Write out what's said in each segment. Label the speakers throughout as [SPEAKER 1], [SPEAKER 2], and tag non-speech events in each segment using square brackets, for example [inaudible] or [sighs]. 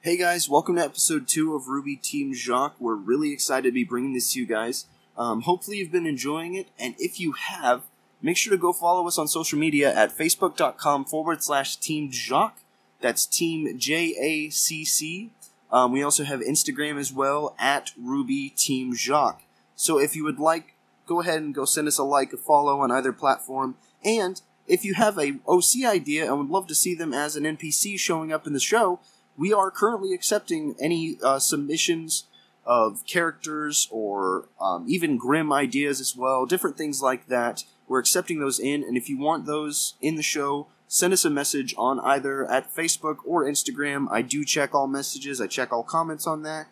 [SPEAKER 1] Hey guys, welcome to episode two of Ruby Team Jacques. We're really excited to be bringing this to you guys. Um, hopefully, you've been enjoying it, and if you have, make sure to go follow us on social media at facebook.com forward slash Team Jacques. That's Team J A C C. Um, we also have Instagram as well at Ruby Team Jacques. So if you would like, go ahead and go send us a like, a follow on either platform, and if you have a OC idea and would love to see them as an NPC showing up in the show, we are currently accepting any uh, submissions of characters or um, even grim ideas as well, different things like that. We're accepting those in, and if you want those in the show, send us a message on either at Facebook or Instagram. I do check all messages, I check all comments on that.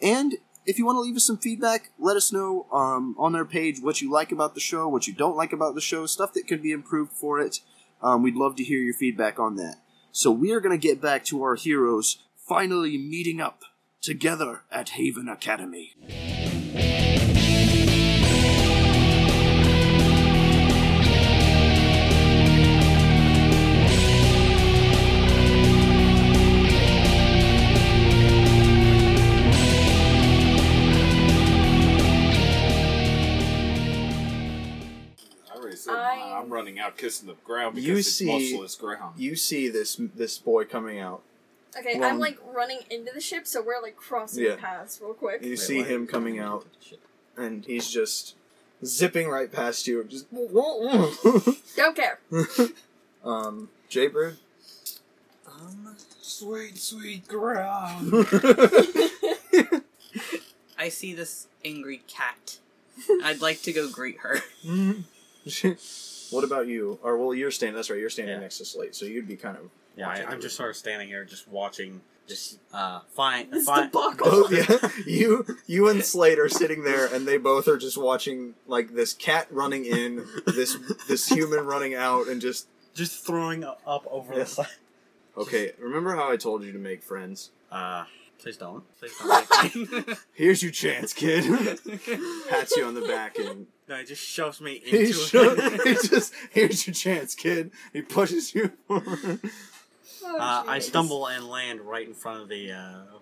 [SPEAKER 1] And if you want to leave us some feedback, let us know um, on their page what you like about the show, what you don't like about the show, stuff that could be improved for it. Um, we'd love to hear your feedback on that. So we are going to get back to our heroes finally meeting up together at Haven Academy.
[SPEAKER 2] I already said
[SPEAKER 3] I-
[SPEAKER 2] mine. I'm running out kissing the ground because
[SPEAKER 4] You
[SPEAKER 2] it's
[SPEAKER 4] see-
[SPEAKER 2] muscleless ground.
[SPEAKER 4] You see this this boy coming out.
[SPEAKER 3] Okay,
[SPEAKER 4] Well-
[SPEAKER 3] I'm like running into the ship, so we're like crossing
[SPEAKER 4] Yeah.
[SPEAKER 3] paths real quick.
[SPEAKER 4] You see him coming out, and he's just zipping right past you. Just [laughs]
[SPEAKER 3] Don't care.
[SPEAKER 4] um, Jaybird. [laughs]
[SPEAKER 2] Sweet, sweet ground.
[SPEAKER 4] [laughs]
[SPEAKER 5] I see this angry
[SPEAKER 3] [laughs]
[SPEAKER 5] cat. I'd like to go greet her. [laughs]
[SPEAKER 4] what about you? Or well, you're standing. That's right. You're standing
[SPEAKER 6] Yeah.
[SPEAKER 4] next to Slate, so you'd be kind of
[SPEAKER 6] Yeah, I,
[SPEAKER 4] Watching
[SPEAKER 6] I'm
[SPEAKER 4] the-
[SPEAKER 6] just sort of standing here, just watching, just uh, fine,
[SPEAKER 3] This
[SPEAKER 6] fine.
[SPEAKER 3] debacle.
[SPEAKER 4] [laughs] [laughs] both. Yeah, you you and Slate are sitting there, and they both are just watching like this cat running in, this this human running out, and just
[SPEAKER 6] just throwing u- up over
[SPEAKER 4] Yeah.
[SPEAKER 6] the side.
[SPEAKER 4] okay. Remember how I told you to make friends?
[SPEAKER 6] Uh, please don't, please don't. make
[SPEAKER 4] Here's your chance, kid. [laughs]
[SPEAKER 6] me.
[SPEAKER 4] Pats you on the back and
[SPEAKER 6] [laughs] no, it just shoves me
[SPEAKER 4] [laughs]
[SPEAKER 6] into
[SPEAKER 4] He should. [laughs] he
[SPEAKER 6] [laughs] it.
[SPEAKER 4] just here's your chance, kid. He pushes you [laughs] forward.
[SPEAKER 3] Oh,
[SPEAKER 6] uh, I
[SPEAKER 3] jeez.
[SPEAKER 6] stumble and land right in front of the uh,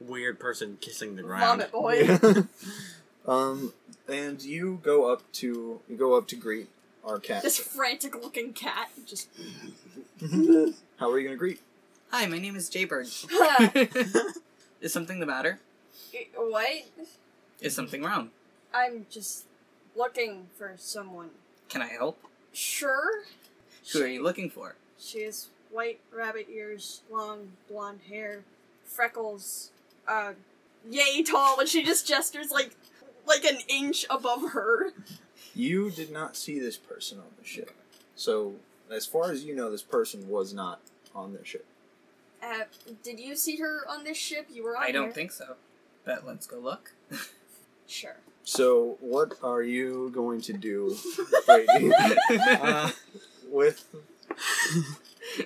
[SPEAKER 6] weird person kissing the ground.
[SPEAKER 3] Vomit boy.
[SPEAKER 4] [laughs] um, and you go up to you go up to greet our
[SPEAKER 3] [laughs]
[SPEAKER 4] cat.
[SPEAKER 3] This frantic looking cat.
[SPEAKER 4] [laughs]
[SPEAKER 3] Just. [laughs]
[SPEAKER 4] How are you gonna greet?
[SPEAKER 5] Hi, my name is Jaybird.
[SPEAKER 3] what?
[SPEAKER 5] Is something the matter? Is something wrong?
[SPEAKER 3] I'm just looking for someone.
[SPEAKER 5] Can I help?
[SPEAKER 3] Sure.
[SPEAKER 5] Who are you looking for?
[SPEAKER 3] She has white rabbit ears, long blonde hair, freckles, uh, yay tall, and she just gestures like like an inch above her.
[SPEAKER 4] You did not see this person on the ship, so as far as you know, this person was not on their ship.
[SPEAKER 3] Uh, did you see her on this ship? You were on
[SPEAKER 5] I don't
[SPEAKER 3] here.
[SPEAKER 5] think so. But let's go look.
[SPEAKER 3] Sure.
[SPEAKER 4] So, what are you going to do, Brady? uh, with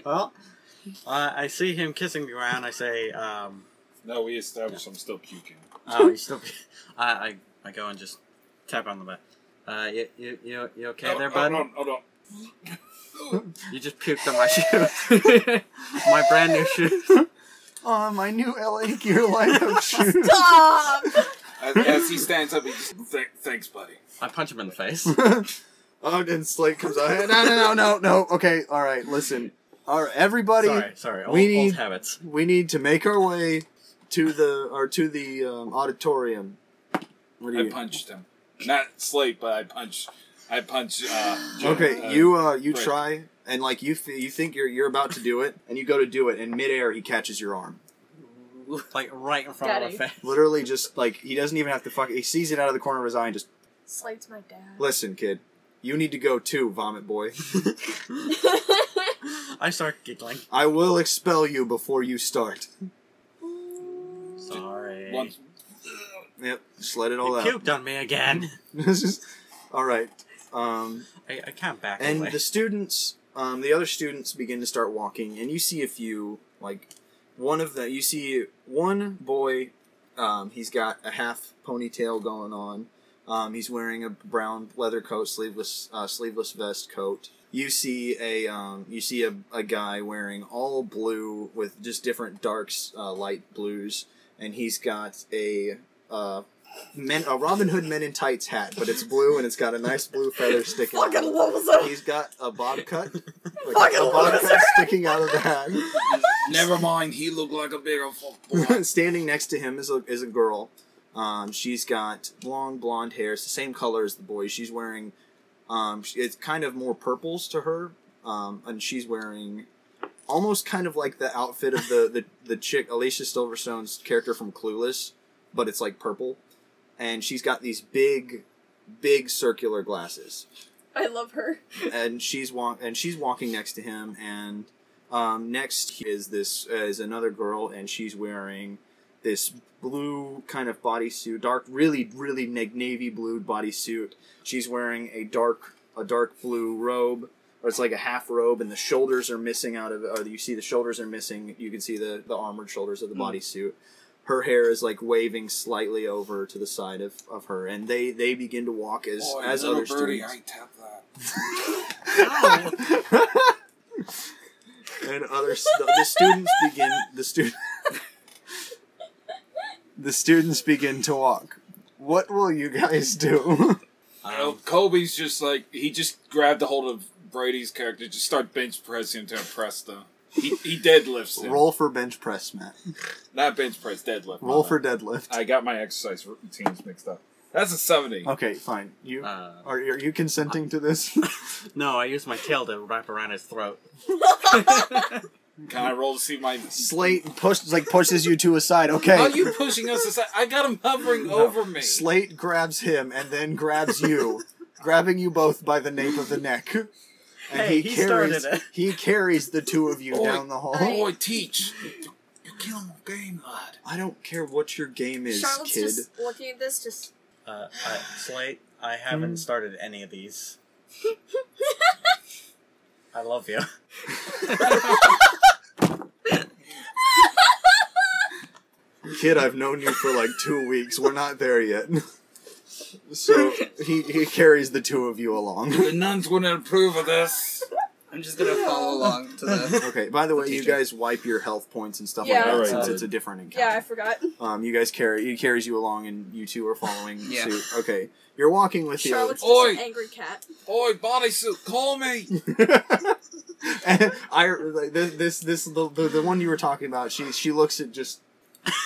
[SPEAKER 6] Well, uh, I see him kissing the ground. I say, um,
[SPEAKER 2] No, we established I'm still puking.
[SPEAKER 6] oh, you still. I, I, I go and just tap on the back. Uh, you, you, you, you okay
[SPEAKER 2] Oh,
[SPEAKER 6] there,
[SPEAKER 2] oh,
[SPEAKER 6] bud?
[SPEAKER 2] no, no, no.
[SPEAKER 6] You just puked on my [laughs] shoe. [laughs] my brand new shoe.
[SPEAKER 4] oh, my new LA gear lineup shoes.
[SPEAKER 3] Stop!
[SPEAKER 2] As, as he stands up, he just, "Th- thanks, buddy.
[SPEAKER 6] I punch him in the [laughs] face.
[SPEAKER 4] oh, and Slate comes out. "Hey, [laughs] No, no, no, no, no. Okay, all right. Listen, all right, everybody,
[SPEAKER 6] Sorry, sorry. Old,
[SPEAKER 4] we need-
[SPEAKER 6] old habits. [laughs]
[SPEAKER 4] we need to make our way to the or to the um, auditorium. What do
[SPEAKER 2] I
[SPEAKER 4] you?
[SPEAKER 2] punched him. Not Slate, but I punched. I punched. Uh, Jim,
[SPEAKER 4] okay,
[SPEAKER 2] uh,
[SPEAKER 4] you uh, you
[SPEAKER 2] Brady.
[SPEAKER 4] try and like you f- you think you're you're about to do it, and you go to do it, and midair he catches your arm.
[SPEAKER 6] Like right in front
[SPEAKER 3] Daddy.
[SPEAKER 6] of our face.
[SPEAKER 4] Literally, just like he doesn't even have to fuck. He sees it out of the corner of his eye and just
[SPEAKER 3] Slate's my dad.
[SPEAKER 4] listen, kid. You need to go too,
[SPEAKER 2] [laughs]
[SPEAKER 4] vomit boy.
[SPEAKER 6] [laughs] I start giggling.
[SPEAKER 4] I will expel you before you start.
[SPEAKER 6] Sorry.
[SPEAKER 2] Once,
[SPEAKER 4] Yep, just let it
[SPEAKER 6] You
[SPEAKER 4] all out.
[SPEAKER 6] puked on me again. [laughs]
[SPEAKER 4] [laughs] This is all right. Um,
[SPEAKER 6] I, I can't back
[SPEAKER 4] and
[SPEAKER 6] away.
[SPEAKER 4] the
[SPEAKER 6] [laughs]
[SPEAKER 4] students, um, the other students begin to start walking, and you see a few like one of the you see one boy. Um, he's got a half ponytail going on. Um, he's wearing a brown leather coat, sleeveless uh, sleeveless vest coat. you see a um, you see a, a guy wearing all blue with just different darks, uh, light blues, and he's got a uh, men a Robin Hood Men in Tights hat, but it's blue and it's got a nice blue feather sticking. out of
[SPEAKER 3] Fucking
[SPEAKER 4] it.
[SPEAKER 3] loser!
[SPEAKER 4] He's got a bob
[SPEAKER 3] [laughs]
[SPEAKER 4] cut, like
[SPEAKER 3] Fucking
[SPEAKER 4] a bob
[SPEAKER 3] loser.
[SPEAKER 4] cut sticking out of the hat. [laughs]
[SPEAKER 2] Never mind, he looked like a bigger fuckboy.
[SPEAKER 4] Standing next to him is a is a girl. Um, she's got long blonde hair. It's the same color as the boy. She's wearing, um, sh- it's kind of more purples to her, um, and she's wearing almost kind of like the outfit of the the, the chick Alicia Silverstone's character from Clueless, but it's like purple, and she's got these big, big circular glasses
[SPEAKER 3] [laughs] I love her.
[SPEAKER 4] and she's walk and she's walking next to him and um, next is this uh, is another girl and she's wearing this blue kind of bodysuit dark really really na- navy blue bodysuit she's wearing a dark a dark blue robe or it's like a half robe and the shoulders are missing out of or you see the shoulders are missing you can see the the armored shoulders of the
[SPEAKER 2] Hmm.
[SPEAKER 4] bodysuit her hair is like waving slightly over to the side of, of her and they they begin to walk as
[SPEAKER 2] Boy,
[SPEAKER 4] as
[SPEAKER 2] little
[SPEAKER 4] other
[SPEAKER 2] birdie,
[SPEAKER 4] students
[SPEAKER 2] I tap that.
[SPEAKER 4] and other st- the students begin the student the students begin to walk. What will you guys do?
[SPEAKER 2] You know, Kobe's Oh, just like he just grabbed a hold of Brady's character, just start bench pressing him to impress them. He, he deadlifts him.
[SPEAKER 4] Roll for bench press, Matt.
[SPEAKER 2] Not bench press, deadlift.
[SPEAKER 4] Roll
[SPEAKER 2] My
[SPEAKER 4] for
[SPEAKER 2] bad.
[SPEAKER 4] deadlift.
[SPEAKER 2] Uh, I got my exercise routines mixed up. That's a seventy.
[SPEAKER 4] Okay, fine. You
[SPEAKER 6] Uh,
[SPEAKER 4] are, are you consenting to this?
[SPEAKER 6] no, I used my tail to wrap around his throat.
[SPEAKER 2] Can I roll to see my?
[SPEAKER 4] Slate push like pushes you to a side. Okay.
[SPEAKER 6] Oh,
[SPEAKER 2] How are you pushing us aside? I got him hovering over me.
[SPEAKER 4] Slate grabs him and then grabs you, grabbing you both by the nape of the neck. And
[SPEAKER 6] Hey, he started it. Oh
[SPEAKER 4] He carries the two of you
[SPEAKER 2] Boy,
[SPEAKER 4] down the hall.
[SPEAKER 2] Boy, teach. You're killing my game, lad.
[SPEAKER 4] I don't care what your game is,
[SPEAKER 3] Charlotte's
[SPEAKER 4] kid.
[SPEAKER 3] just looking at this, just.
[SPEAKER 6] Uh, I, Slate, I haven't started any of these. I love you. [laughs]
[SPEAKER 4] Kid, I've known you for like two weeks. We're not there yet. [laughs] So he, he carries the two of you along. [laughs]
[SPEAKER 2] The nuns wouldn't approve of this.
[SPEAKER 5] I'm just gonna follow along to the. [laughs]
[SPEAKER 4] Okay, by the way, you
[SPEAKER 5] teacher.
[SPEAKER 4] guys wipe your health points and stuff
[SPEAKER 3] Yeah.
[SPEAKER 4] like that
[SPEAKER 2] Alright,
[SPEAKER 4] since
[SPEAKER 2] good.
[SPEAKER 4] it's a different encounter.
[SPEAKER 3] Yeah, I forgot.
[SPEAKER 4] Um, you guys carry he carries you along and you two are following
[SPEAKER 5] Yeah.
[SPEAKER 4] suit. Okay. You're walking with the
[SPEAKER 3] Charlotte's
[SPEAKER 4] others.
[SPEAKER 3] just an
[SPEAKER 2] Oi.
[SPEAKER 3] angry cat.
[SPEAKER 2] Boy, bodysuit, call me.
[SPEAKER 4] [laughs] and I like, this this, this the, the the one you were talking about, she she looks at just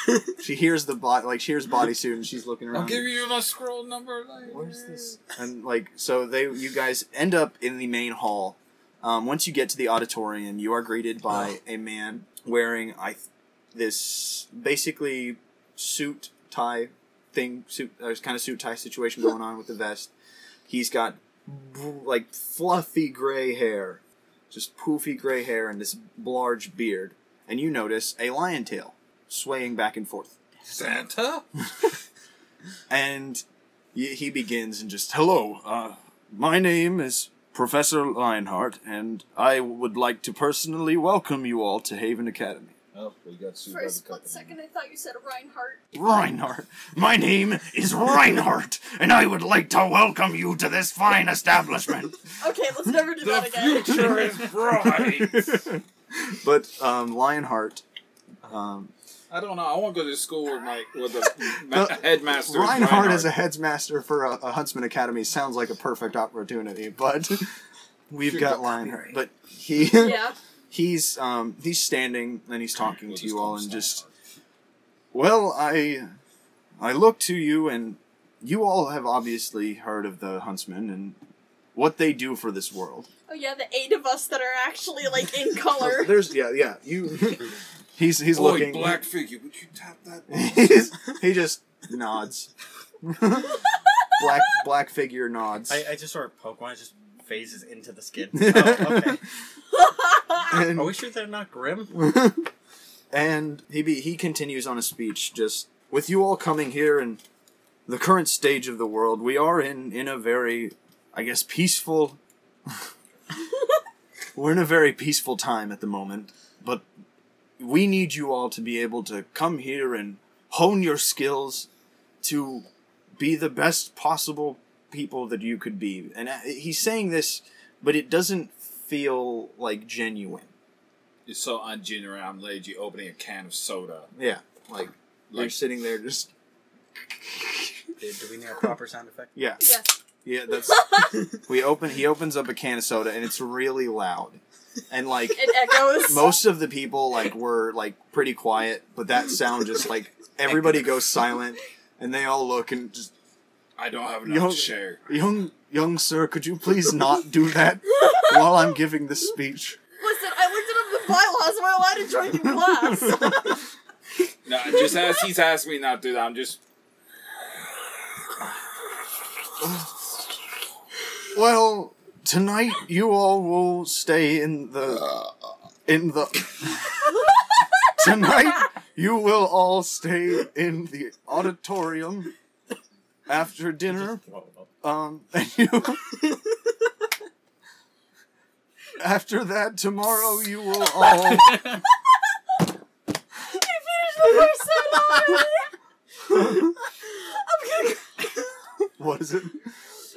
[SPEAKER 5] [laughs]
[SPEAKER 4] she hears the bot like she hears bodysuit and she's looking around.
[SPEAKER 2] I'll give you my scroll number later.
[SPEAKER 4] Where's this? And like, so they, you guys end up in the main hall. Um, once you get to the auditorium, you are greeted by a man wearing I, th- this basically suit tie thing, suit uh, kind of suit tie situation going on with the vest. He's got br- like fluffy gray hair, just poofy gray hair, and this large beard. And you notice a lion tail swaying back and forth
[SPEAKER 2] Santa?
[SPEAKER 4] and y- he begins and just hello uh, my name is professor lionheart and i would like to personally welcome you all to haven academy
[SPEAKER 2] Oh, we got sued
[SPEAKER 3] For a split second, I thought you said Reinhardt.
[SPEAKER 4] reinhardt my name is reinhardt and i would like to welcome you to this fine establishment
[SPEAKER 3] Okay, let's never do
[SPEAKER 2] The
[SPEAKER 3] that again.
[SPEAKER 2] future is bright.
[SPEAKER 4] [laughs] but um, lionheart um,
[SPEAKER 2] I don't know. I want to go to school with my with the ma-
[SPEAKER 4] The-
[SPEAKER 2] headmaster.
[SPEAKER 4] Reinhardt as a headsmaster for a, a Huntsman Academy sounds like a perfect opportunity, [laughs] but we've got Lionheart. But he
[SPEAKER 3] [laughs] yeah.
[SPEAKER 4] he's um he's standing and he's talking
[SPEAKER 2] We'll
[SPEAKER 4] [laughs] to
[SPEAKER 2] just
[SPEAKER 4] you
[SPEAKER 2] call
[SPEAKER 4] all
[SPEAKER 2] him
[SPEAKER 4] and just
[SPEAKER 2] Santa.
[SPEAKER 4] well i i look to you and you all have obviously heard of the huntsmen and what they do for this world
[SPEAKER 3] Oh, yeah, the eight of us that are actually, like, in color.
[SPEAKER 4] there's yeah yeah you
[SPEAKER 2] [laughs]
[SPEAKER 4] he's he's
[SPEAKER 2] Boy,
[SPEAKER 4] looking
[SPEAKER 2] black figure. Would you tap that? ball?
[SPEAKER 4] [laughs] he's, he just nods
[SPEAKER 2] [laughs]
[SPEAKER 4] [laughs] black black figure nods
[SPEAKER 6] I, I just sort of poke one, it just phases into the [laughs] skin. Oh, okay.
[SPEAKER 4] and,
[SPEAKER 3] [laughs]
[SPEAKER 4] [laughs]
[SPEAKER 6] Are we sure they're not grim?
[SPEAKER 4] and he be, he continues on a speech just with you all coming here and the current stage of the world we are in in a very i guess peaceful [laughs] we're in a very peaceful time at the moment but we need you all to be able to come here and hone your skills to be the best possible people that you could be and uh, he's saying this but it doesn't feel like genuine.
[SPEAKER 2] You're so ungenuine. I'm led you opening a can of soda.
[SPEAKER 4] Yeah, like you're
[SPEAKER 2] Like,
[SPEAKER 4] sitting there just
[SPEAKER 6] [laughs] Do, do we need a proper sound effect?
[SPEAKER 4] yeah
[SPEAKER 3] Yes.
[SPEAKER 4] yeah. That's
[SPEAKER 3] [laughs]
[SPEAKER 4] we open. He opens up a can of soda and it's really loud,
[SPEAKER 3] [laughs]
[SPEAKER 4] and like
[SPEAKER 3] It echoes.
[SPEAKER 4] most of the people like were like pretty quiet, but that sound
[SPEAKER 3] [laughs]
[SPEAKER 4] just like everybody goes silent and they all look and just
[SPEAKER 2] I don't have
[SPEAKER 4] Yo-
[SPEAKER 2] enough to share.
[SPEAKER 4] young young sir, could you please not do that while I'm giving this speech?
[SPEAKER 3] Listen, I looked it up in the bylaws. Am I allowed to drink in class?
[SPEAKER 4] [laughs]
[SPEAKER 2] No, just as he's asked me not to do that, I'm just.
[SPEAKER 4] Well, tonight you all will stay in the in the Tonight you will all stay in the auditorium after dinner. Um, and you. After that, tomorrow you will all. What is it?
[SPEAKER 3] [laughs]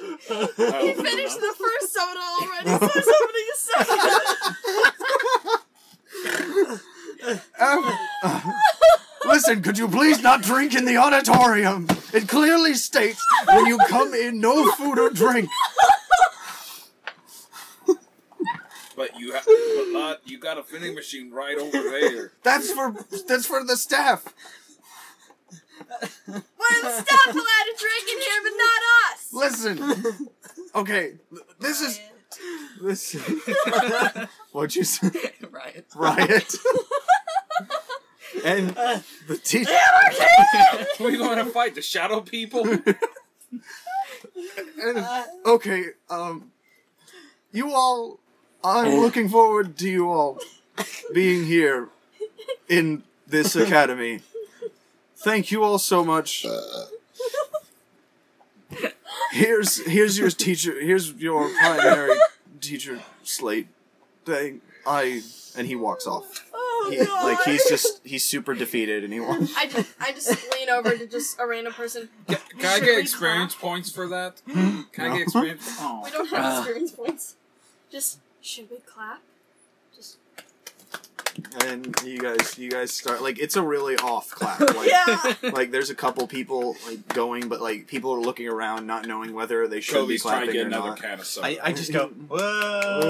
[SPEAKER 3] He finished the first soda already, so there's opening a second.
[SPEAKER 4] Af- uh, Listen, could you please not drink in the auditorium? It clearly states when you come in, no food or drink.
[SPEAKER 2] But you have. But not, you got a vending machine right over
[SPEAKER 3] [laughs]
[SPEAKER 2] there.
[SPEAKER 4] That's for that's for the staff.
[SPEAKER 3] One of the staff allowed to drink in here, but not us.
[SPEAKER 4] Listen. Okay, this is this. What'd you say? [laughs]
[SPEAKER 5] Riot.
[SPEAKER 4] Riot. and the teacher.
[SPEAKER 2] we going to fight the shadow
[SPEAKER 4] [laughs]
[SPEAKER 2] people?
[SPEAKER 3] Uh,
[SPEAKER 4] And, okay, um, you all, I'm looking forward to you all being here in this academy. Thank you all so much. Here's here's your teacher. Here's your primary teacher slate. Thing I and he walks off.
[SPEAKER 3] Oh,
[SPEAKER 4] He,
[SPEAKER 3] God.
[SPEAKER 4] like he's just he's super defeated, and he walks.
[SPEAKER 3] I just, I just lean over to just a random person.
[SPEAKER 2] Can I
[SPEAKER 3] Should
[SPEAKER 2] get
[SPEAKER 3] we
[SPEAKER 2] experience points for that? Can I
[SPEAKER 4] Hmm? No.
[SPEAKER 2] get experience? Oh.
[SPEAKER 3] We don't have experience points. Just, should we clap? Just.
[SPEAKER 4] And you guys, you guys start like it's a really off clap.
[SPEAKER 3] [laughs]
[SPEAKER 4] Like,
[SPEAKER 3] Yeah!
[SPEAKER 4] like there's a couple people like going, but like people are looking around, not knowing whether they should
[SPEAKER 2] Kobe's
[SPEAKER 4] be
[SPEAKER 2] trying to
[SPEAKER 4] clapping
[SPEAKER 2] get
[SPEAKER 4] or
[SPEAKER 2] another
[SPEAKER 4] not.
[SPEAKER 2] can of soda.
[SPEAKER 6] I, I just [laughs] go,
[SPEAKER 2] Uh,
[SPEAKER 6] whoa.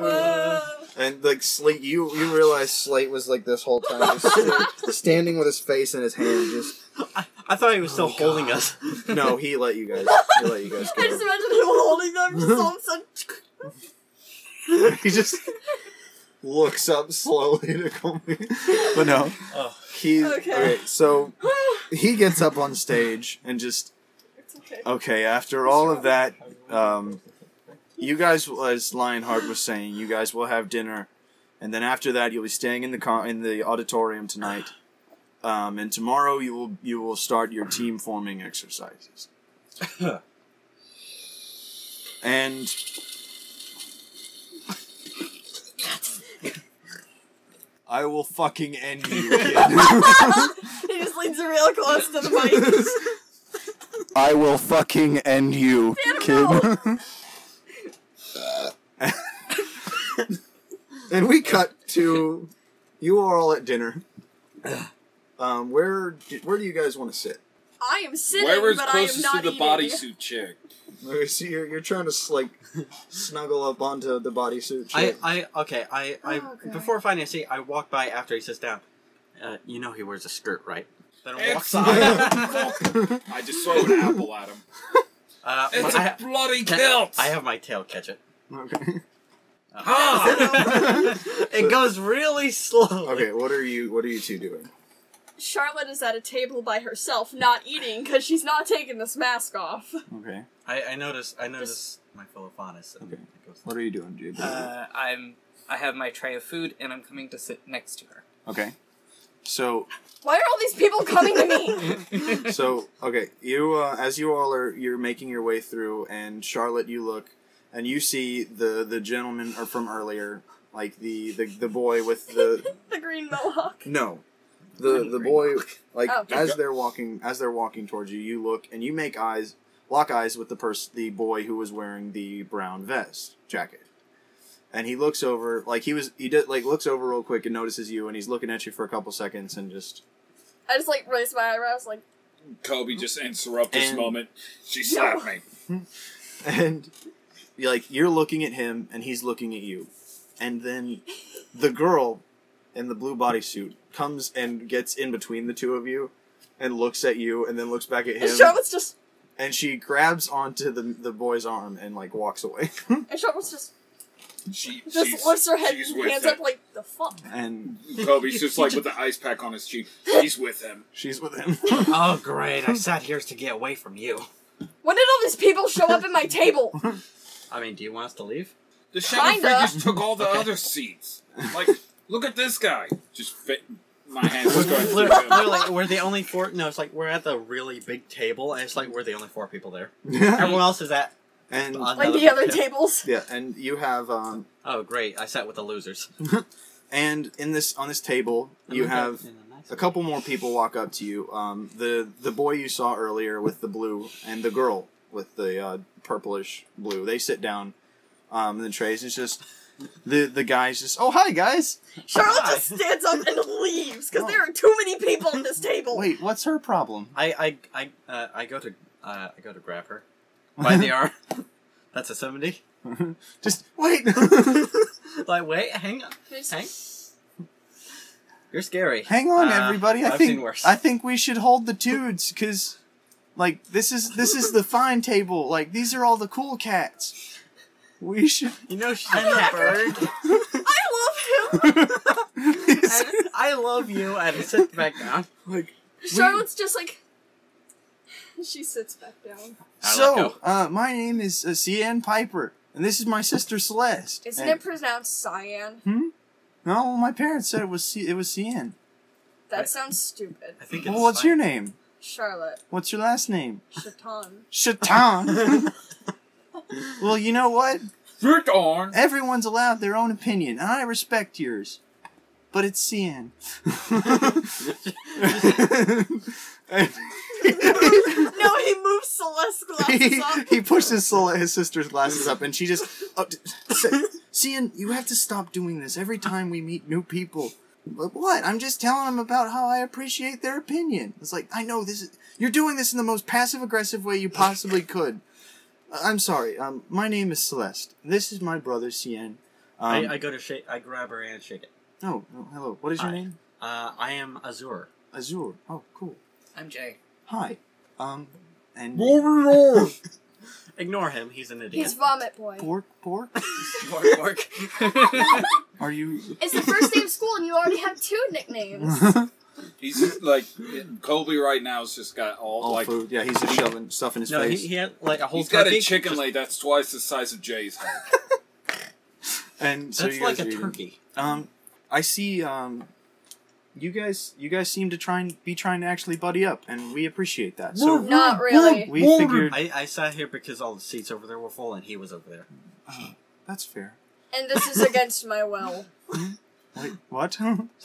[SPEAKER 4] Whoa.
[SPEAKER 2] [laughs]
[SPEAKER 4] And like Slate, you you realize Slate was like this whole time, just
[SPEAKER 3] [laughs]
[SPEAKER 4] sta- standing with his face in his hand. Just
[SPEAKER 6] I, I thought he was still
[SPEAKER 4] Oh,
[SPEAKER 6] holding us. [laughs]
[SPEAKER 4] no, he let you guys, he let you guys
[SPEAKER 3] [laughs] I just
[SPEAKER 4] go.
[SPEAKER 3] imagine him holding them just
[SPEAKER 2] [laughs]
[SPEAKER 3] all of a sudden. [sighs]
[SPEAKER 4] [laughs] he just looks up slowly to Kobe, but no,
[SPEAKER 6] Oh.
[SPEAKER 4] he.
[SPEAKER 3] Okay.
[SPEAKER 4] okay, so he gets up on stage and just
[SPEAKER 3] it's okay.
[SPEAKER 4] Okay, after all of that, um, you guys, as Lionheart was saying, you guys will have dinner, and then after that, you'll be staying in the con- in the auditorium tonight, um, and tomorrow you will you will start your team forming exercises. and I will fucking end you. Kid.
[SPEAKER 3] He just leans real close to the mic.
[SPEAKER 5] [laughs]
[SPEAKER 4] I will fucking end you, kid. [laughs] and we cut to you are all at dinner. Um, where do, where do you guys want to sit?
[SPEAKER 3] I am sitting,
[SPEAKER 2] Where is
[SPEAKER 3] but I am
[SPEAKER 2] closest
[SPEAKER 3] not
[SPEAKER 2] to the
[SPEAKER 3] eating.
[SPEAKER 2] bodysuit
[SPEAKER 3] [laughs]
[SPEAKER 2] chick?
[SPEAKER 4] Okay, so you're, you're trying to like snuggle up onto the bodysuit.
[SPEAKER 6] I,
[SPEAKER 4] chair.
[SPEAKER 6] I, okay, I, I
[SPEAKER 3] Oh, God.
[SPEAKER 6] before finance, see, I walk by after he sits down. Uh, you know he wears a skirt, right? Then I walk
[SPEAKER 2] It's- [laughs]
[SPEAKER 6] by.
[SPEAKER 2] I just throw an apple at him.
[SPEAKER 6] uh,
[SPEAKER 2] It's
[SPEAKER 6] I,
[SPEAKER 2] a
[SPEAKER 6] ha-
[SPEAKER 2] bloody
[SPEAKER 6] can-
[SPEAKER 2] kilt.
[SPEAKER 6] I have my tail catch it.
[SPEAKER 4] [laughs] okay.
[SPEAKER 3] [laughs]
[SPEAKER 2] Ah!
[SPEAKER 6] it goes really slow.
[SPEAKER 4] okay, what are you what are you two doing?
[SPEAKER 3] Charlotte is at a table by herself, not eating, because she's not taking this mask off.
[SPEAKER 4] Okay,
[SPEAKER 6] I, I notice. I notice my philoponus. and
[SPEAKER 4] Okay.
[SPEAKER 6] it goes-
[SPEAKER 4] what are you doing, Jade?
[SPEAKER 5] Uh, I'm. I have my tray of food, and I'm coming to sit next to her.
[SPEAKER 4] okay, so
[SPEAKER 3] Why are all these people coming to
[SPEAKER 2] [laughs]
[SPEAKER 3] me?
[SPEAKER 4] so okay you uh, as you all are you're making your way through and charlotte you look and you see the the gentleman or from earlier like the the, the boy with the
[SPEAKER 3] [laughs] the green mohawk.
[SPEAKER 4] no the the boy like
[SPEAKER 3] Oh.
[SPEAKER 4] as they're walking as they're walking towards you you look and you make eyes lock eyes with the person the boy who was wearing the brown vest jacket and he looks over like he was he did like looks over real quick and notices you and he's looking at you for a couple seconds and just
[SPEAKER 3] I just like raised my eyebrows, like
[SPEAKER 2] Kobe just interrupt this
[SPEAKER 4] And-
[SPEAKER 2] moment. She slapped me.
[SPEAKER 4] and you're like you're looking at him and he's looking at you and then the girl in the blue bodysuit comes and gets in between the two of you and looks at you and then looks back at
[SPEAKER 3] and
[SPEAKER 4] him
[SPEAKER 3] Charlotte's just
[SPEAKER 4] and she grabs onto the the boy's arm and like walks away [laughs]
[SPEAKER 3] and Charlotte's just
[SPEAKER 2] She
[SPEAKER 3] just
[SPEAKER 2] she's-
[SPEAKER 3] lifts her head
[SPEAKER 2] she's
[SPEAKER 3] and
[SPEAKER 2] with
[SPEAKER 3] hands
[SPEAKER 2] it.
[SPEAKER 3] up like the fuck.
[SPEAKER 4] and
[SPEAKER 6] [laughs]
[SPEAKER 2] Kobe's just like with the ice pack on his cheek. He's with him.
[SPEAKER 4] she's with him [laughs]
[SPEAKER 6] Oh, great. I sat here to get away from you.
[SPEAKER 3] When did all these people show up at my table?
[SPEAKER 2] [laughs]
[SPEAKER 6] I mean, do you want us to leave?
[SPEAKER 2] The shadow
[SPEAKER 3] Kinda.
[SPEAKER 2] figures took all the
[SPEAKER 6] Okay.
[SPEAKER 2] other seats. Like, look at this guy. Just fit my hands. Just going
[SPEAKER 6] Literally,
[SPEAKER 2] through him.
[SPEAKER 6] literally, we're the only four. No, it's like we're at the really big table, and it's like we're the only four people there. Everyone else is at
[SPEAKER 4] and
[SPEAKER 3] like the
[SPEAKER 6] big
[SPEAKER 3] other
[SPEAKER 6] table.
[SPEAKER 3] tables.
[SPEAKER 4] yeah and you have um
[SPEAKER 6] Oh, great! I sat with the losers.
[SPEAKER 4] and in this on this table you have a couple more people walk up to you um, the the boy you saw earlier with the blue and the girl with the uh, purplish blue they sit down um, in the trays it's just the the guys just oh hi guys
[SPEAKER 3] Charlotte
[SPEAKER 6] Hi. Oh.
[SPEAKER 3] just stands up and leaves because there are too many people at this table.
[SPEAKER 4] wait what's her problem
[SPEAKER 6] I I I uh, I go to uh, I go to grab her
[SPEAKER 4] [laughs]
[SPEAKER 6] by the arm. That's a seventy.
[SPEAKER 4] just wait [laughs]
[SPEAKER 6] Like, wait, hang on, hang. You're scary.
[SPEAKER 4] hang on
[SPEAKER 6] Uh,
[SPEAKER 4] everybody i
[SPEAKER 6] I've
[SPEAKER 4] think
[SPEAKER 6] seen worse.
[SPEAKER 4] i think we should hold the dudes because like this is this is the fine table like these are all the cool cats we should
[SPEAKER 6] You know she's a
[SPEAKER 4] [laughs]
[SPEAKER 6] cat. [laughs]
[SPEAKER 3] I love him.
[SPEAKER 6] I, I love you. And I sit back down.
[SPEAKER 4] like
[SPEAKER 3] [laughs] Charlotte's just like she sits back down.
[SPEAKER 6] I let
[SPEAKER 4] so,
[SPEAKER 6] go.
[SPEAKER 4] uh, my name is uh, C.N. Piper, and this is my sister Celeste.
[SPEAKER 3] Isn't
[SPEAKER 4] And-
[SPEAKER 3] it pronounced cyan?
[SPEAKER 4] No, my parents said it was C- it was C.N.
[SPEAKER 3] That
[SPEAKER 6] I-
[SPEAKER 3] sounds stupid.
[SPEAKER 6] I think. It's
[SPEAKER 4] Well, what's
[SPEAKER 6] fine.
[SPEAKER 4] your name?
[SPEAKER 3] Charlotte
[SPEAKER 4] What's your last name?
[SPEAKER 3] Chaton.
[SPEAKER 6] [laughs]
[SPEAKER 4] Shatan. [laughs] well, you know what?
[SPEAKER 2] Root on.
[SPEAKER 4] Everyone's allowed their own opinion, and I respect yours. But it's [laughs]
[SPEAKER 6] [laughs]
[SPEAKER 4] C.N.
[SPEAKER 3] no, he moves Celeste's glasses
[SPEAKER 4] [laughs] he,
[SPEAKER 3] up.
[SPEAKER 4] he pushes Sol- his sister's glasses up, and she just. Oh, d- Cian, you have to stop doing this every time we meet new people. But what? I'm just telling them about how I appreciate their opinion. It's like I know this is. You're doing this in the most passive aggressive way you possibly could. Uh, I'm sorry. Um, my name is Celeste. This is my brother Cian. Um,
[SPEAKER 6] I, I go to shake. I grab her and shake it.
[SPEAKER 4] oh, oh, hello. What is your
[SPEAKER 6] Hi.
[SPEAKER 4] name?
[SPEAKER 6] Uh, I am Azure.
[SPEAKER 4] Azure. Oh, cool.
[SPEAKER 5] I'm Jay.
[SPEAKER 4] Hi. Um, and
[SPEAKER 2] Roar.
[SPEAKER 6] Ignore him. He's an idiot.
[SPEAKER 3] He's vomit boy.
[SPEAKER 4] pork, pork.
[SPEAKER 6] [laughs]
[SPEAKER 5] Bork, bork.
[SPEAKER 4] Are you?
[SPEAKER 3] It's the first day of school and you already have two nicknames.
[SPEAKER 2] He's just like Kobe right now has just got all
[SPEAKER 4] all
[SPEAKER 2] like
[SPEAKER 4] food. Yeah, he's just shoving stuff in his
[SPEAKER 6] no, he,
[SPEAKER 4] face.
[SPEAKER 6] he had like a whole.
[SPEAKER 2] he's got a
[SPEAKER 6] turkey.
[SPEAKER 2] chicken
[SPEAKER 6] Just-
[SPEAKER 2] leg that's twice the size of Jay's
[SPEAKER 6] [laughs]
[SPEAKER 2] head.
[SPEAKER 4] and so
[SPEAKER 6] That's
[SPEAKER 4] you guys
[SPEAKER 6] like a
[SPEAKER 4] are eating.
[SPEAKER 6] turkey.
[SPEAKER 4] Um, I see. Um, you guys, you guys seem to try and be trying to actually buddy up, and we appreciate that. So
[SPEAKER 3] Not really.
[SPEAKER 4] we
[SPEAKER 2] Woo!
[SPEAKER 4] figured
[SPEAKER 6] I, I sat here because all the seats over there were full, and he was over there.
[SPEAKER 4] that's fair.
[SPEAKER 3] And this is against my will.
[SPEAKER 4] Wait, what? [laughs]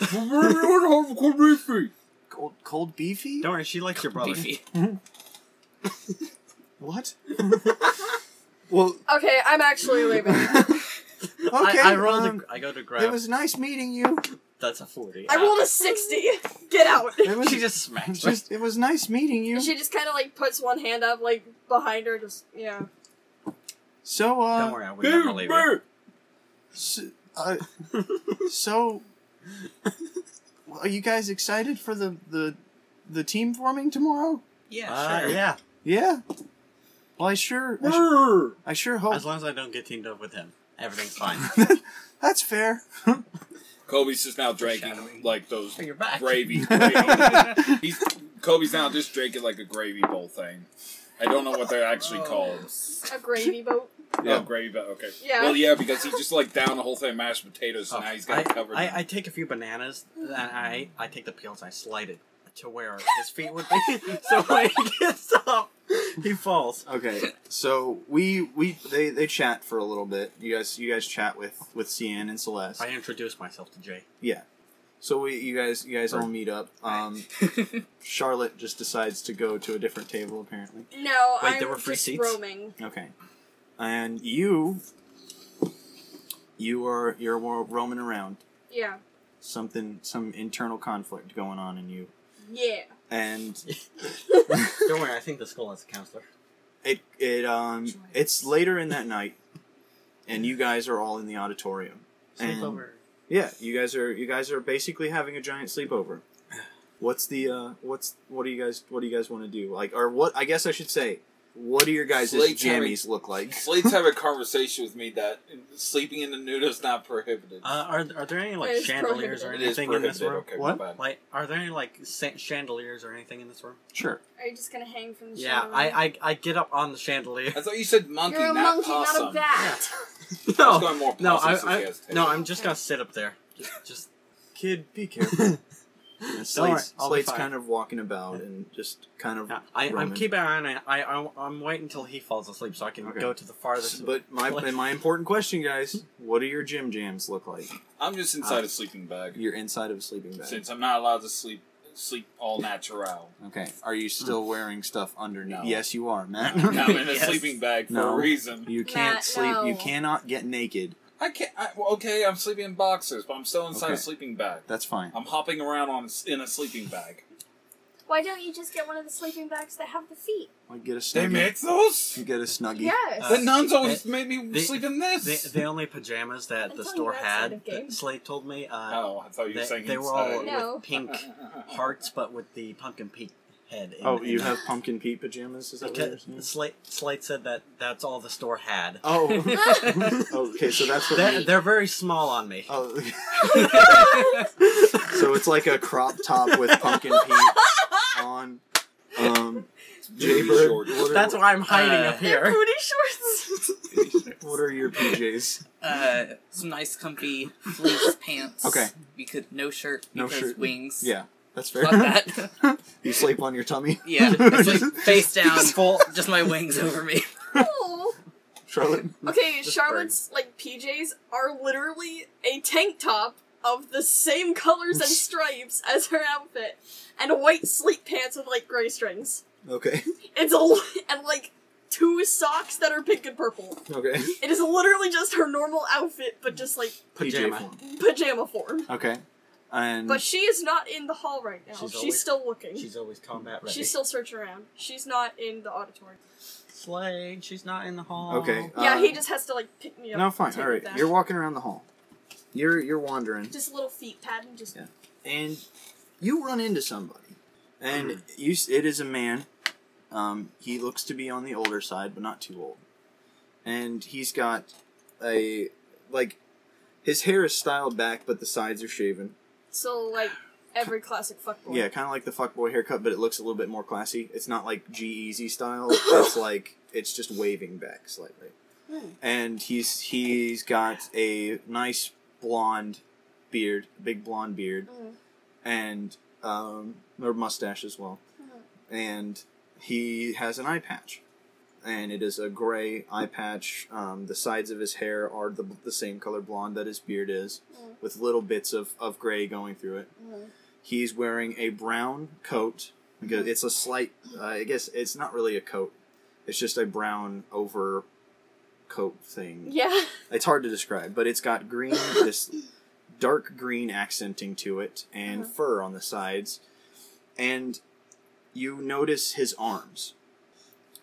[SPEAKER 4] cold, cold beefy?
[SPEAKER 6] Don't worry, she likes your brother. [laughs]
[SPEAKER 5] Beefy.
[SPEAKER 4] What?
[SPEAKER 6] [laughs]
[SPEAKER 4] well,
[SPEAKER 3] Okay, I'm actually leaving.
[SPEAKER 4] okay.
[SPEAKER 6] I, I rolled.
[SPEAKER 4] um,
[SPEAKER 6] a, I go to grab.
[SPEAKER 4] it was nice meeting
[SPEAKER 6] [laughs]
[SPEAKER 4] you.
[SPEAKER 6] that's a forty. Uh,
[SPEAKER 3] I rolled a 60. Get out.
[SPEAKER 4] It was
[SPEAKER 6] She just smacked. me.
[SPEAKER 4] [laughs] just. It was nice meeting you.
[SPEAKER 3] And she just kind of like puts one hand up, like behind her, just, yeah.
[SPEAKER 4] So uh,
[SPEAKER 6] Don't worry, I would never leave you.
[SPEAKER 4] So, uh, so are you guys excited for the the the team forming tomorrow?
[SPEAKER 5] Yeah,
[SPEAKER 6] Uh,
[SPEAKER 5] sure.
[SPEAKER 6] yeah.
[SPEAKER 4] Yeah. Well, I sure, I, su-
[SPEAKER 2] Roar.
[SPEAKER 4] I sure hope
[SPEAKER 6] As long as I don't get teamed up with him, everything's fine. [laughs]
[SPEAKER 4] that's [laughs] fair.
[SPEAKER 2] Kobe's just now drinking
[SPEAKER 5] Shadowing.
[SPEAKER 2] like those
[SPEAKER 5] Hey, Oh, You're
[SPEAKER 2] [laughs]
[SPEAKER 5] back.
[SPEAKER 2] gravy. gravy. He's Kobe's now just drinking like a gravy bowl thing. I don't know what they're actually
[SPEAKER 5] Oh.
[SPEAKER 2] called.
[SPEAKER 3] A gravy boat.
[SPEAKER 2] Yeah.
[SPEAKER 4] Yeah.
[SPEAKER 2] Oh, gravy bowl. Okay.
[SPEAKER 3] Yeah.
[SPEAKER 2] Well, yeah, because he just like down the whole thing of mashed potatoes, so
[SPEAKER 6] Oh,
[SPEAKER 2] now he's got
[SPEAKER 6] I,
[SPEAKER 2] it covered.
[SPEAKER 6] I, I take a few bananas, and I I take the peels, and I slide it to where his feet would be. [laughs] so when he gets up, he falls.
[SPEAKER 4] Okay, so we we they they chat for a little bit. You guys you guys chat with with Cian and Celeste.
[SPEAKER 6] I introduce myself to Jay.
[SPEAKER 4] So we you guys you guys all
[SPEAKER 6] Right.
[SPEAKER 4] meet up. Um, Charlotte just decides to go to a different table apparently.
[SPEAKER 3] No,
[SPEAKER 6] Wait,
[SPEAKER 3] I'm
[SPEAKER 6] there were free
[SPEAKER 3] just
[SPEAKER 6] seats?
[SPEAKER 3] roaming.
[SPEAKER 4] Okay, and you you are you're wa- roaming around.
[SPEAKER 3] Yeah.
[SPEAKER 4] Something, some internal conflict going on in you,
[SPEAKER 3] Yeah.
[SPEAKER 4] and
[SPEAKER 6] Don't worry, I think the skull has a counselor.
[SPEAKER 4] it it um it's later in that night, and you guys are all in the auditorium. And-
[SPEAKER 6] Sleepover.
[SPEAKER 4] Yeah, you guys are you guys are basically having a giant sleepover. What's the uh what's what do you guys what do you guys want to do? Like or what I guess I should say, what do your guys'
[SPEAKER 2] Slate
[SPEAKER 4] jammies look like?
[SPEAKER 2] Slate's had a conversation with me that sleeping in the nude is not prohibited.
[SPEAKER 6] Uh, are, are there any like
[SPEAKER 3] It's
[SPEAKER 6] chandeliers or
[SPEAKER 3] prohibited.
[SPEAKER 2] it is
[SPEAKER 6] anything in this
[SPEAKER 2] prohibited.
[SPEAKER 6] room?
[SPEAKER 2] Okay,
[SPEAKER 4] What?
[SPEAKER 2] my bad.
[SPEAKER 6] Like, are there any like sa- chandeliers or anything in this room?
[SPEAKER 4] Sure.
[SPEAKER 3] Are you just gonna hang from the
[SPEAKER 6] Yeah,
[SPEAKER 3] chandelier?
[SPEAKER 6] I, I I get up on the chandelier. [laughs]
[SPEAKER 2] I thought you said monkey,
[SPEAKER 3] You're a
[SPEAKER 2] not
[SPEAKER 3] monkey,
[SPEAKER 2] possum.
[SPEAKER 3] not a bat.
[SPEAKER 2] I was
[SPEAKER 6] no,
[SPEAKER 2] going more
[SPEAKER 6] Oh, no, I,
[SPEAKER 2] possum
[SPEAKER 6] I
[SPEAKER 2] suggestive.
[SPEAKER 6] no, I'm just gonna sit up there.
[SPEAKER 4] [laughs]
[SPEAKER 6] Just, just
[SPEAKER 4] Kid, be careful. And Slate's,
[SPEAKER 6] Alright, I'll be
[SPEAKER 4] Slate's
[SPEAKER 6] fine.
[SPEAKER 4] kind of walking about and just kind of
[SPEAKER 6] yeah, I, I'm
[SPEAKER 4] Roman.
[SPEAKER 6] keeping an eye. on- I, I I'm waiting until he falls asleep so I can
[SPEAKER 4] Okay.
[SPEAKER 6] go to the farthest.
[SPEAKER 4] But my and my important question, guys, what do your gym jams look like?
[SPEAKER 2] I'm just inside a sleeping bag
[SPEAKER 4] You're inside of a sleeping bag.
[SPEAKER 2] since I'm not allowed to sleep sleep all natural.
[SPEAKER 4] Okay. Are you
[SPEAKER 6] Hmm.
[SPEAKER 4] still wearing stuff underneath?
[SPEAKER 2] No.
[SPEAKER 4] Yes, you are, Matt.
[SPEAKER 2] I'm in
[SPEAKER 4] [laughs]
[SPEAKER 6] [laughs]
[SPEAKER 2] a
[SPEAKER 5] Yes.
[SPEAKER 2] sleeping bag for
[SPEAKER 4] No.
[SPEAKER 2] a reason.
[SPEAKER 4] You can't
[SPEAKER 3] Matt,
[SPEAKER 4] sleep. You
[SPEAKER 3] no.
[SPEAKER 4] cannot get naked.
[SPEAKER 2] I can't. I, well, okay, I'm sleeping in boxers, but I'm still inside a
[SPEAKER 4] Okay.
[SPEAKER 2] sleeping bag.
[SPEAKER 4] That's fine.
[SPEAKER 2] I'm hopping around on in a sleeping bag.
[SPEAKER 3] [laughs] Why don't you just get one of the sleeping bags that have the feet?
[SPEAKER 2] Uh,
[SPEAKER 4] Like get a snuggie.
[SPEAKER 2] They make those.
[SPEAKER 4] You get a snuggie.
[SPEAKER 3] Yes.
[SPEAKER 2] The
[SPEAKER 6] Uh,
[SPEAKER 2] nuns always made me
[SPEAKER 6] they-
[SPEAKER 2] sleep in
[SPEAKER 6] the,
[SPEAKER 2] this.
[SPEAKER 4] [laughs]
[SPEAKER 6] the only pajamas that
[SPEAKER 3] I'm
[SPEAKER 6] the
[SPEAKER 3] telling
[SPEAKER 6] store
[SPEAKER 3] you outside
[SPEAKER 6] had,
[SPEAKER 3] of game.
[SPEAKER 6] that Slate told me, uh,
[SPEAKER 2] oh, I thought you were
[SPEAKER 6] they,
[SPEAKER 2] saying
[SPEAKER 6] they were all
[SPEAKER 2] inside.
[SPEAKER 3] No.
[SPEAKER 2] [laughs]
[SPEAKER 6] with pink hearts, but with the pumpkin pink head. In,
[SPEAKER 4] Oh,
[SPEAKER 6] in
[SPEAKER 4] you
[SPEAKER 6] it.
[SPEAKER 4] have pumpkin Pete pajamas? Is that what you're
[SPEAKER 6] Because
[SPEAKER 4] saying?
[SPEAKER 6] Slate, Slate said that that's all the store had.
[SPEAKER 4] [laughs]
[SPEAKER 3] [laughs]
[SPEAKER 4] Oh, [laughs] okay. So that's what.
[SPEAKER 6] they're,
[SPEAKER 4] you-
[SPEAKER 6] they're very small on me.
[SPEAKER 4] oh. [laughs]
[SPEAKER 6] [laughs]
[SPEAKER 4] so it's like a crop top with pumpkin Pete on. Um,
[SPEAKER 2] Baby
[SPEAKER 4] Jaybird.
[SPEAKER 2] shorts.
[SPEAKER 4] What are,
[SPEAKER 6] That's why I'm hiding
[SPEAKER 5] Uh,
[SPEAKER 6] up here.
[SPEAKER 3] Booty [laughs] shorts.
[SPEAKER 4] what are your
[SPEAKER 5] [laughs]
[SPEAKER 4] PJs?
[SPEAKER 5] [laughs] Uh, some nice comfy
[SPEAKER 4] [laughs]
[SPEAKER 5] fleece pants.
[SPEAKER 4] Okay.
[SPEAKER 5] Because no shirt.
[SPEAKER 4] No
[SPEAKER 5] because
[SPEAKER 4] shirt.
[SPEAKER 5] Wings.
[SPEAKER 4] Yeah, that's fair.
[SPEAKER 5] Fuck that.
[SPEAKER 4] [laughs] You sleep on your tummy.
[SPEAKER 5] [laughs]
[SPEAKER 4] [laughs]
[SPEAKER 5] yeah. It's like
[SPEAKER 4] Just-
[SPEAKER 5] face down. Just my wings
[SPEAKER 4] [laughs]
[SPEAKER 5] over me.
[SPEAKER 3] Cool.
[SPEAKER 4] Charlotte.
[SPEAKER 3] Okay,
[SPEAKER 6] Just
[SPEAKER 3] Charlotte's like PJs are literally a tank top of the same colors
[SPEAKER 6] [laughs]
[SPEAKER 3] and stripes as her outfit, and white sleep pants with like gray strings.
[SPEAKER 4] Okay.
[SPEAKER 3] It's a l- [laughs] and like two socks that are pink and purple.
[SPEAKER 5] [laughs]
[SPEAKER 4] Okay.
[SPEAKER 3] It is literally just her normal outfit, but just like
[SPEAKER 6] Pajama.
[SPEAKER 4] form.
[SPEAKER 3] pajama form.
[SPEAKER 4] Okay. And
[SPEAKER 3] But she is not in the hall right now.
[SPEAKER 6] She's
[SPEAKER 3] She's,
[SPEAKER 6] always-
[SPEAKER 3] still looking. She's,
[SPEAKER 6] She's always combat ready.
[SPEAKER 3] still searching around. She's not in the auditorium.
[SPEAKER 6] Slade, she's not in the hall.
[SPEAKER 4] okay.
[SPEAKER 3] yeah,
[SPEAKER 4] uh,
[SPEAKER 3] he just has to like pick me up.
[SPEAKER 4] No,
[SPEAKER 3] and
[SPEAKER 4] fine.
[SPEAKER 3] take
[SPEAKER 4] All
[SPEAKER 3] me
[SPEAKER 4] right.
[SPEAKER 3] back.
[SPEAKER 4] You're walking around the hall. You're you're wandering.
[SPEAKER 3] just little feet padding. Just
[SPEAKER 4] Yeah. and you run into somebody, and
[SPEAKER 5] Mm-hmm.
[SPEAKER 4] you s it is a man. Um, he looks to be on the older side, but not too old, and he's got a like his hair is styled back, but the sides are shaven.
[SPEAKER 3] so like every classic fuckboy.
[SPEAKER 4] Yeah, kind of like the fuckboy haircut, but it looks a little bit more classy. It's not like G Easy style. it's like it's just waving back slightly, and he's he's got a nice blonde beard, big blonde beard
[SPEAKER 3] Mm.
[SPEAKER 4] and um, or mustache as well,
[SPEAKER 3] Mhm.
[SPEAKER 4] and he has an eye patch, and it is a gray eye patch. Um, the sides of his hair are the, the same color blonde that his beard is,
[SPEAKER 3] Mm.
[SPEAKER 4] with little bits of, of gray going through it.
[SPEAKER 3] Mhm.
[SPEAKER 4] He's wearing a brown coat.
[SPEAKER 3] Mm-hmm.
[SPEAKER 4] Because it's a slight, uh, I guess it's not really a coat. It's just a brown over coat thing.
[SPEAKER 3] Yeah.
[SPEAKER 4] It's hard to describe, but it's
[SPEAKER 3] [laughs]
[SPEAKER 4] got green, this dark green accenting to it, and
[SPEAKER 3] Uh-huh.
[SPEAKER 4] fur on the sides. And you notice his arms.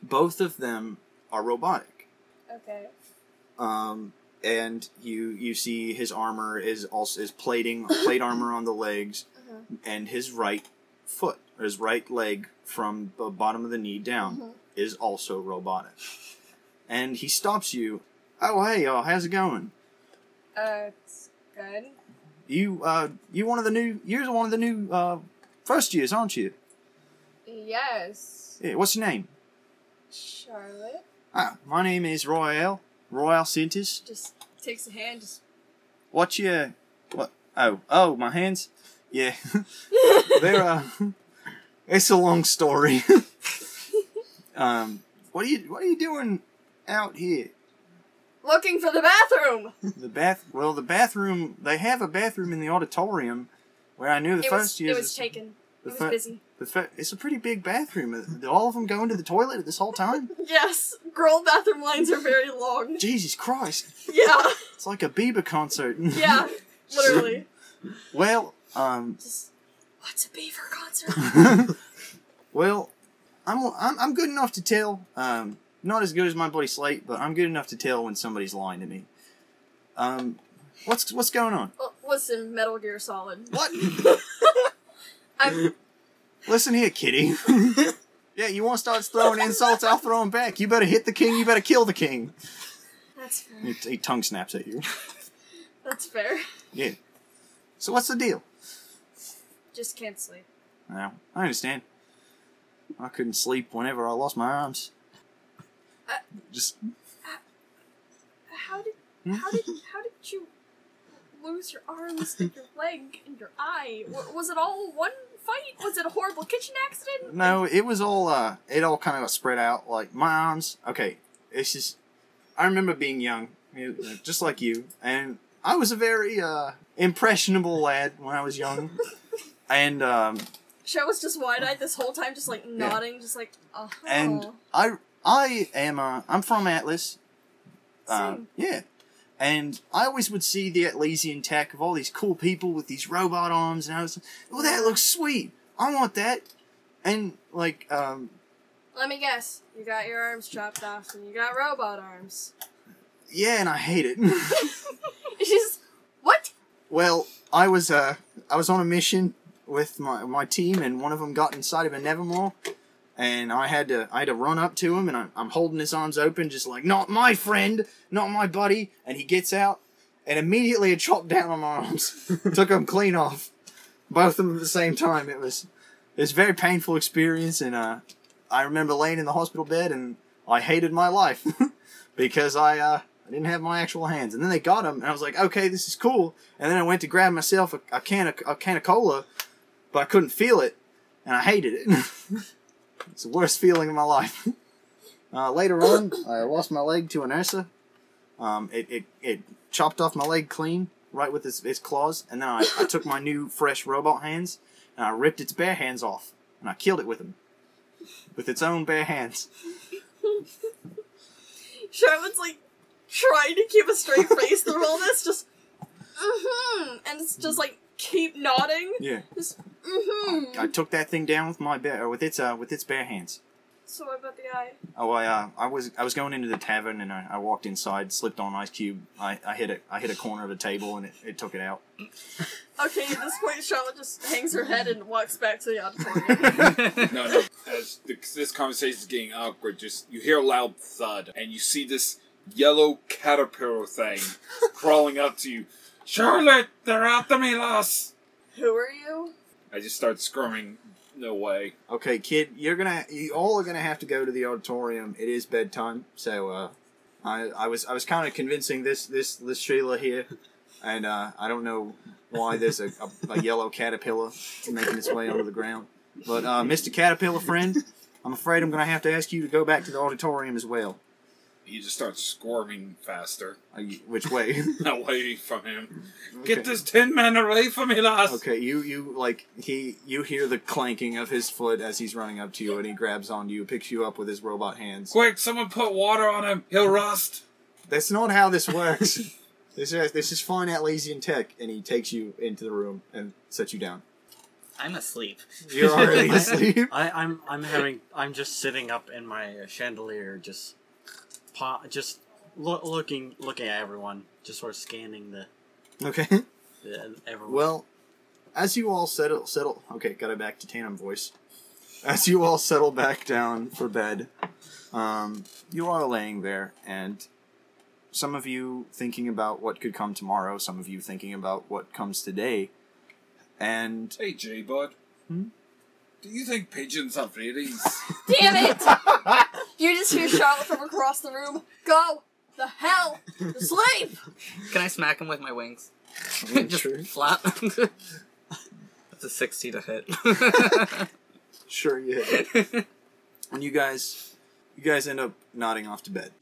[SPEAKER 4] Both of them are robotic.
[SPEAKER 3] Okay.
[SPEAKER 4] Um, and you you see his armor is also is plating
[SPEAKER 3] [laughs]
[SPEAKER 4] plate armor on the legs,
[SPEAKER 3] Uh-huh.
[SPEAKER 4] and his right foot or his right leg from the bottom of the knee down
[SPEAKER 3] Mhm.
[SPEAKER 4] is also robotic. And he stops you. Oh hey y'all, how's it going?
[SPEAKER 3] Uh, it's good.
[SPEAKER 4] You uh you one of the new you're one of the new uh first years, aren't you?
[SPEAKER 3] Yes.
[SPEAKER 4] Yeah, what's your name?
[SPEAKER 3] Charlotte
[SPEAKER 4] Ah, my name is Royale. Royale Sintis.
[SPEAKER 3] just takes a hand. Just
[SPEAKER 4] What's your what oh oh my hands? Yeah. [laughs] They're uh [laughs] it's a long story. [laughs] um what are you what are you doing out here?
[SPEAKER 3] looking for the bathroom.
[SPEAKER 4] The bath well the bathroom they have a bathroom in the auditorium where I knew the
[SPEAKER 3] it
[SPEAKER 4] first
[SPEAKER 3] was.
[SPEAKER 4] years
[SPEAKER 3] It was taken. He
[SPEAKER 4] it The
[SPEAKER 3] was
[SPEAKER 4] fa- [laughs]
[SPEAKER 3] busy.
[SPEAKER 4] the fa- it's a pretty big bathroom. Uh, did All of them going to the toilet this
[SPEAKER 3] [laughs]
[SPEAKER 4] whole time.
[SPEAKER 3] Yes, girl bathroom lines are very long. [laughs]
[SPEAKER 4] Jesus Christ!
[SPEAKER 3] Yeah,
[SPEAKER 4] It's like a Bieber concert.
[SPEAKER 3] yeah, [laughs] literally.
[SPEAKER 4] [laughs] well, um, [laughs]
[SPEAKER 3] Just what's a beaver concert?
[SPEAKER 4] well, I'm, I'm I'm good enough to tell. Um, not as good as my buddy Slate, but I'm good enough to tell when somebody's lying to me. Um, what's what's
[SPEAKER 3] [laughs]
[SPEAKER 4] going on?
[SPEAKER 3] Well, listen, Metal Gear Solid.
[SPEAKER 4] What?
[SPEAKER 3] I'm,
[SPEAKER 4] Listen
[SPEAKER 3] [laughs]
[SPEAKER 4] here, kitty. yeah, you want to start throwing insults? I'll throw 'em back. You better hit the king. You better kill the king.
[SPEAKER 3] that's fair.
[SPEAKER 4] He, he tongue snaps at you.
[SPEAKER 3] That's fair.
[SPEAKER 4] Yeah. So what's the deal?
[SPEAKER 3] Just can't sleep.
[SPEAKER 4] Now I understand. I couldn't sleep whenever I lost my arms.
[SPEAKER 3] Uh,
[SPEAKER 4] Just hmm?
[SPEAKER 3] How did how did how did you lose your arms and your leg and your eye? W- was it all one fight? Was it a horrible kitchen accident?
[SPEAKER 4] No, it was all uh it all kind of got spread out. Like my arms, okay, it's just I remember being young, you know, just like you, and I was a very uh impressionable lad when I
[SPEAKER 3] [laughs]
[SPEAKER 4] was young. and um
[SPEAKER 3] Show was just wide eyed this whole time, just like nodding, just like uh
[SPEAKER 4] and I I am uh I'm from Atlas. Uh,
[SPEAKER 3] Same.
[SPEAKER 4] yeah. And I always would see the Atlasian tech of all these cool people with these robot arms, and I was like, "Oh, that looks sweet! I want that!" And like, um,
[SPEAKER 3] Let me guess. You got your arms chopped off and you got robot arms. [laughs]
[SPEAKER 4] yeah, and I hate it. [laughs]
[SPEAKER 3] She's what?
[SPEAKER 4] Well, I was uh, I was on a mission with my, my team, and one of them got inside of a Nevermore, and I had to I had to run up to him, and I'm, I'm holding his arms open, just like not my friend, not my buddy, and he gets out, and immediately it chopped down on my arms, [laughs] took them clean off, both of them at the same time. It was it was a very painful experience, and uh, I remember laying in the hospital bed, and I hated my life [laughs] because I uh, I didn't have my actual hands, and then they got them, and I was like, okay, this is cool. And then I went to grab myself a, a can of a can of cola, but I couldn't feel it, and I hated it. [laughs] it's the worst feeling of my life. [laughs] Uh, later on, I lost my leg to an ursa. Um, it, it it chopped off my leg clean, right with its, its claws, and then I, I took my new fresh robot hands and I ripped its bare hands off, and I killed it with them, with its own bare hands.
[SPEAKER 3] Sherman's like trying to keep a straight face through all this, just mm-hmm, and it's just like keep nodding.
[SPEAKER 4] Yeah,
[SPEAKER 3] Mm-hmm.
[SPEAKER 4] I took that thing down with my bare with its uh, with its bare hands.
[SPEAKER 3] So what about the eye?
[SPEAKER 4] Oh, I, uh, I was I was going into the tavern and I, I walked inside, slipped on ice cube. I, I hit a I hit a corner of a table and it, it took it out. [laughs]
[SPEAKER 3] Okay, at this point, Charlotte just hangs her head and walks back to the auditorium.
[SPEAKER 2] No, no. As the, this conversation is getting awkward, just you hear a loud thud, and you see this yellow caterpillar
[SPEAKER 6] [laughs]
[SPEAKER 2] thing crawling up to you. Charlotte, they're after me, lass.
[SPEAKER 3] [laughs] Who are you?
[SPEAKER 2] I just start screaming, "No way!"
[SPEAKER 4] Okay, kid, you're gonna you all are gonna have to go to the auditorium. It is bedtime, so uh, I I was I was kind of convincing this this this Sheila here, and uh, I don't know why there's a, a, a yellow caterpillar making its way onto the ground. But uh, Mr. Caterpillar friend, I'm afraid I'm gonna have to ask you to go back to the auditorium as well.
[SPEAKER 2] You just start squirming faster [laughs]
[SPEAKER 4] Are you, which way? [laughs]
[SPEAKER 2] away from him.
[SPEAKER 4] Mm-hmm. Okay.
[SPEAKER 2] Get this tin man away from me, lass.
[SPEAKER 4] Okay, you you like he you hear the clanking of his foot as he's running up to you, and he grabs on you, picks you up with his robot hands.
[SPEAKER 2] Quick, someone put water on him. He'll rust.
[SPEAKER 4] That's not how this works. [laughs] this is this is fine Atlassian tech, and he takes you into the room and sets you down.
[SPEAKER 5] I'm asleep.
[SPEAKER 4] [laughs] You're already asleep.
[SPEAKER 6] [laughs] I, I'm I'm having I'm just sitting up in my chandelier, just pa- just loo- looking looking at everyone, just sort of scanning the,
[SPEAKER 4] Okay.
[SPEAKER 6] the everyone.
[SPEAKER 4] Well, as you all settle settle. Okay, got it back to Tanum voice. As you all settle back down for bed, um, you are laying there, and some of you thinking about what could come tomorrow, some of you thinking about what comes today, and
[SPEAKER 2] Hey, J Bud.
[SPEAKER 4] Hmm?
[SPEAKER 2] Do you think pigeons have feelings?
[SPEAKER 3] Damn [laughs] it! you just hear Charlotte from across the room. Go the hell to sleep.
[SPEAKER 5] Can I smack him with my wings? [laughs] Just
[SPEAKER 4] Sure.
[SPEAKER 5] flap. That's a 60
[SPEAKER 4] [laughs]
[SPEAKER 5] to hit.
[SPEAKER 4] sure you hit it. and you guys, you guys end up nodding off to bed.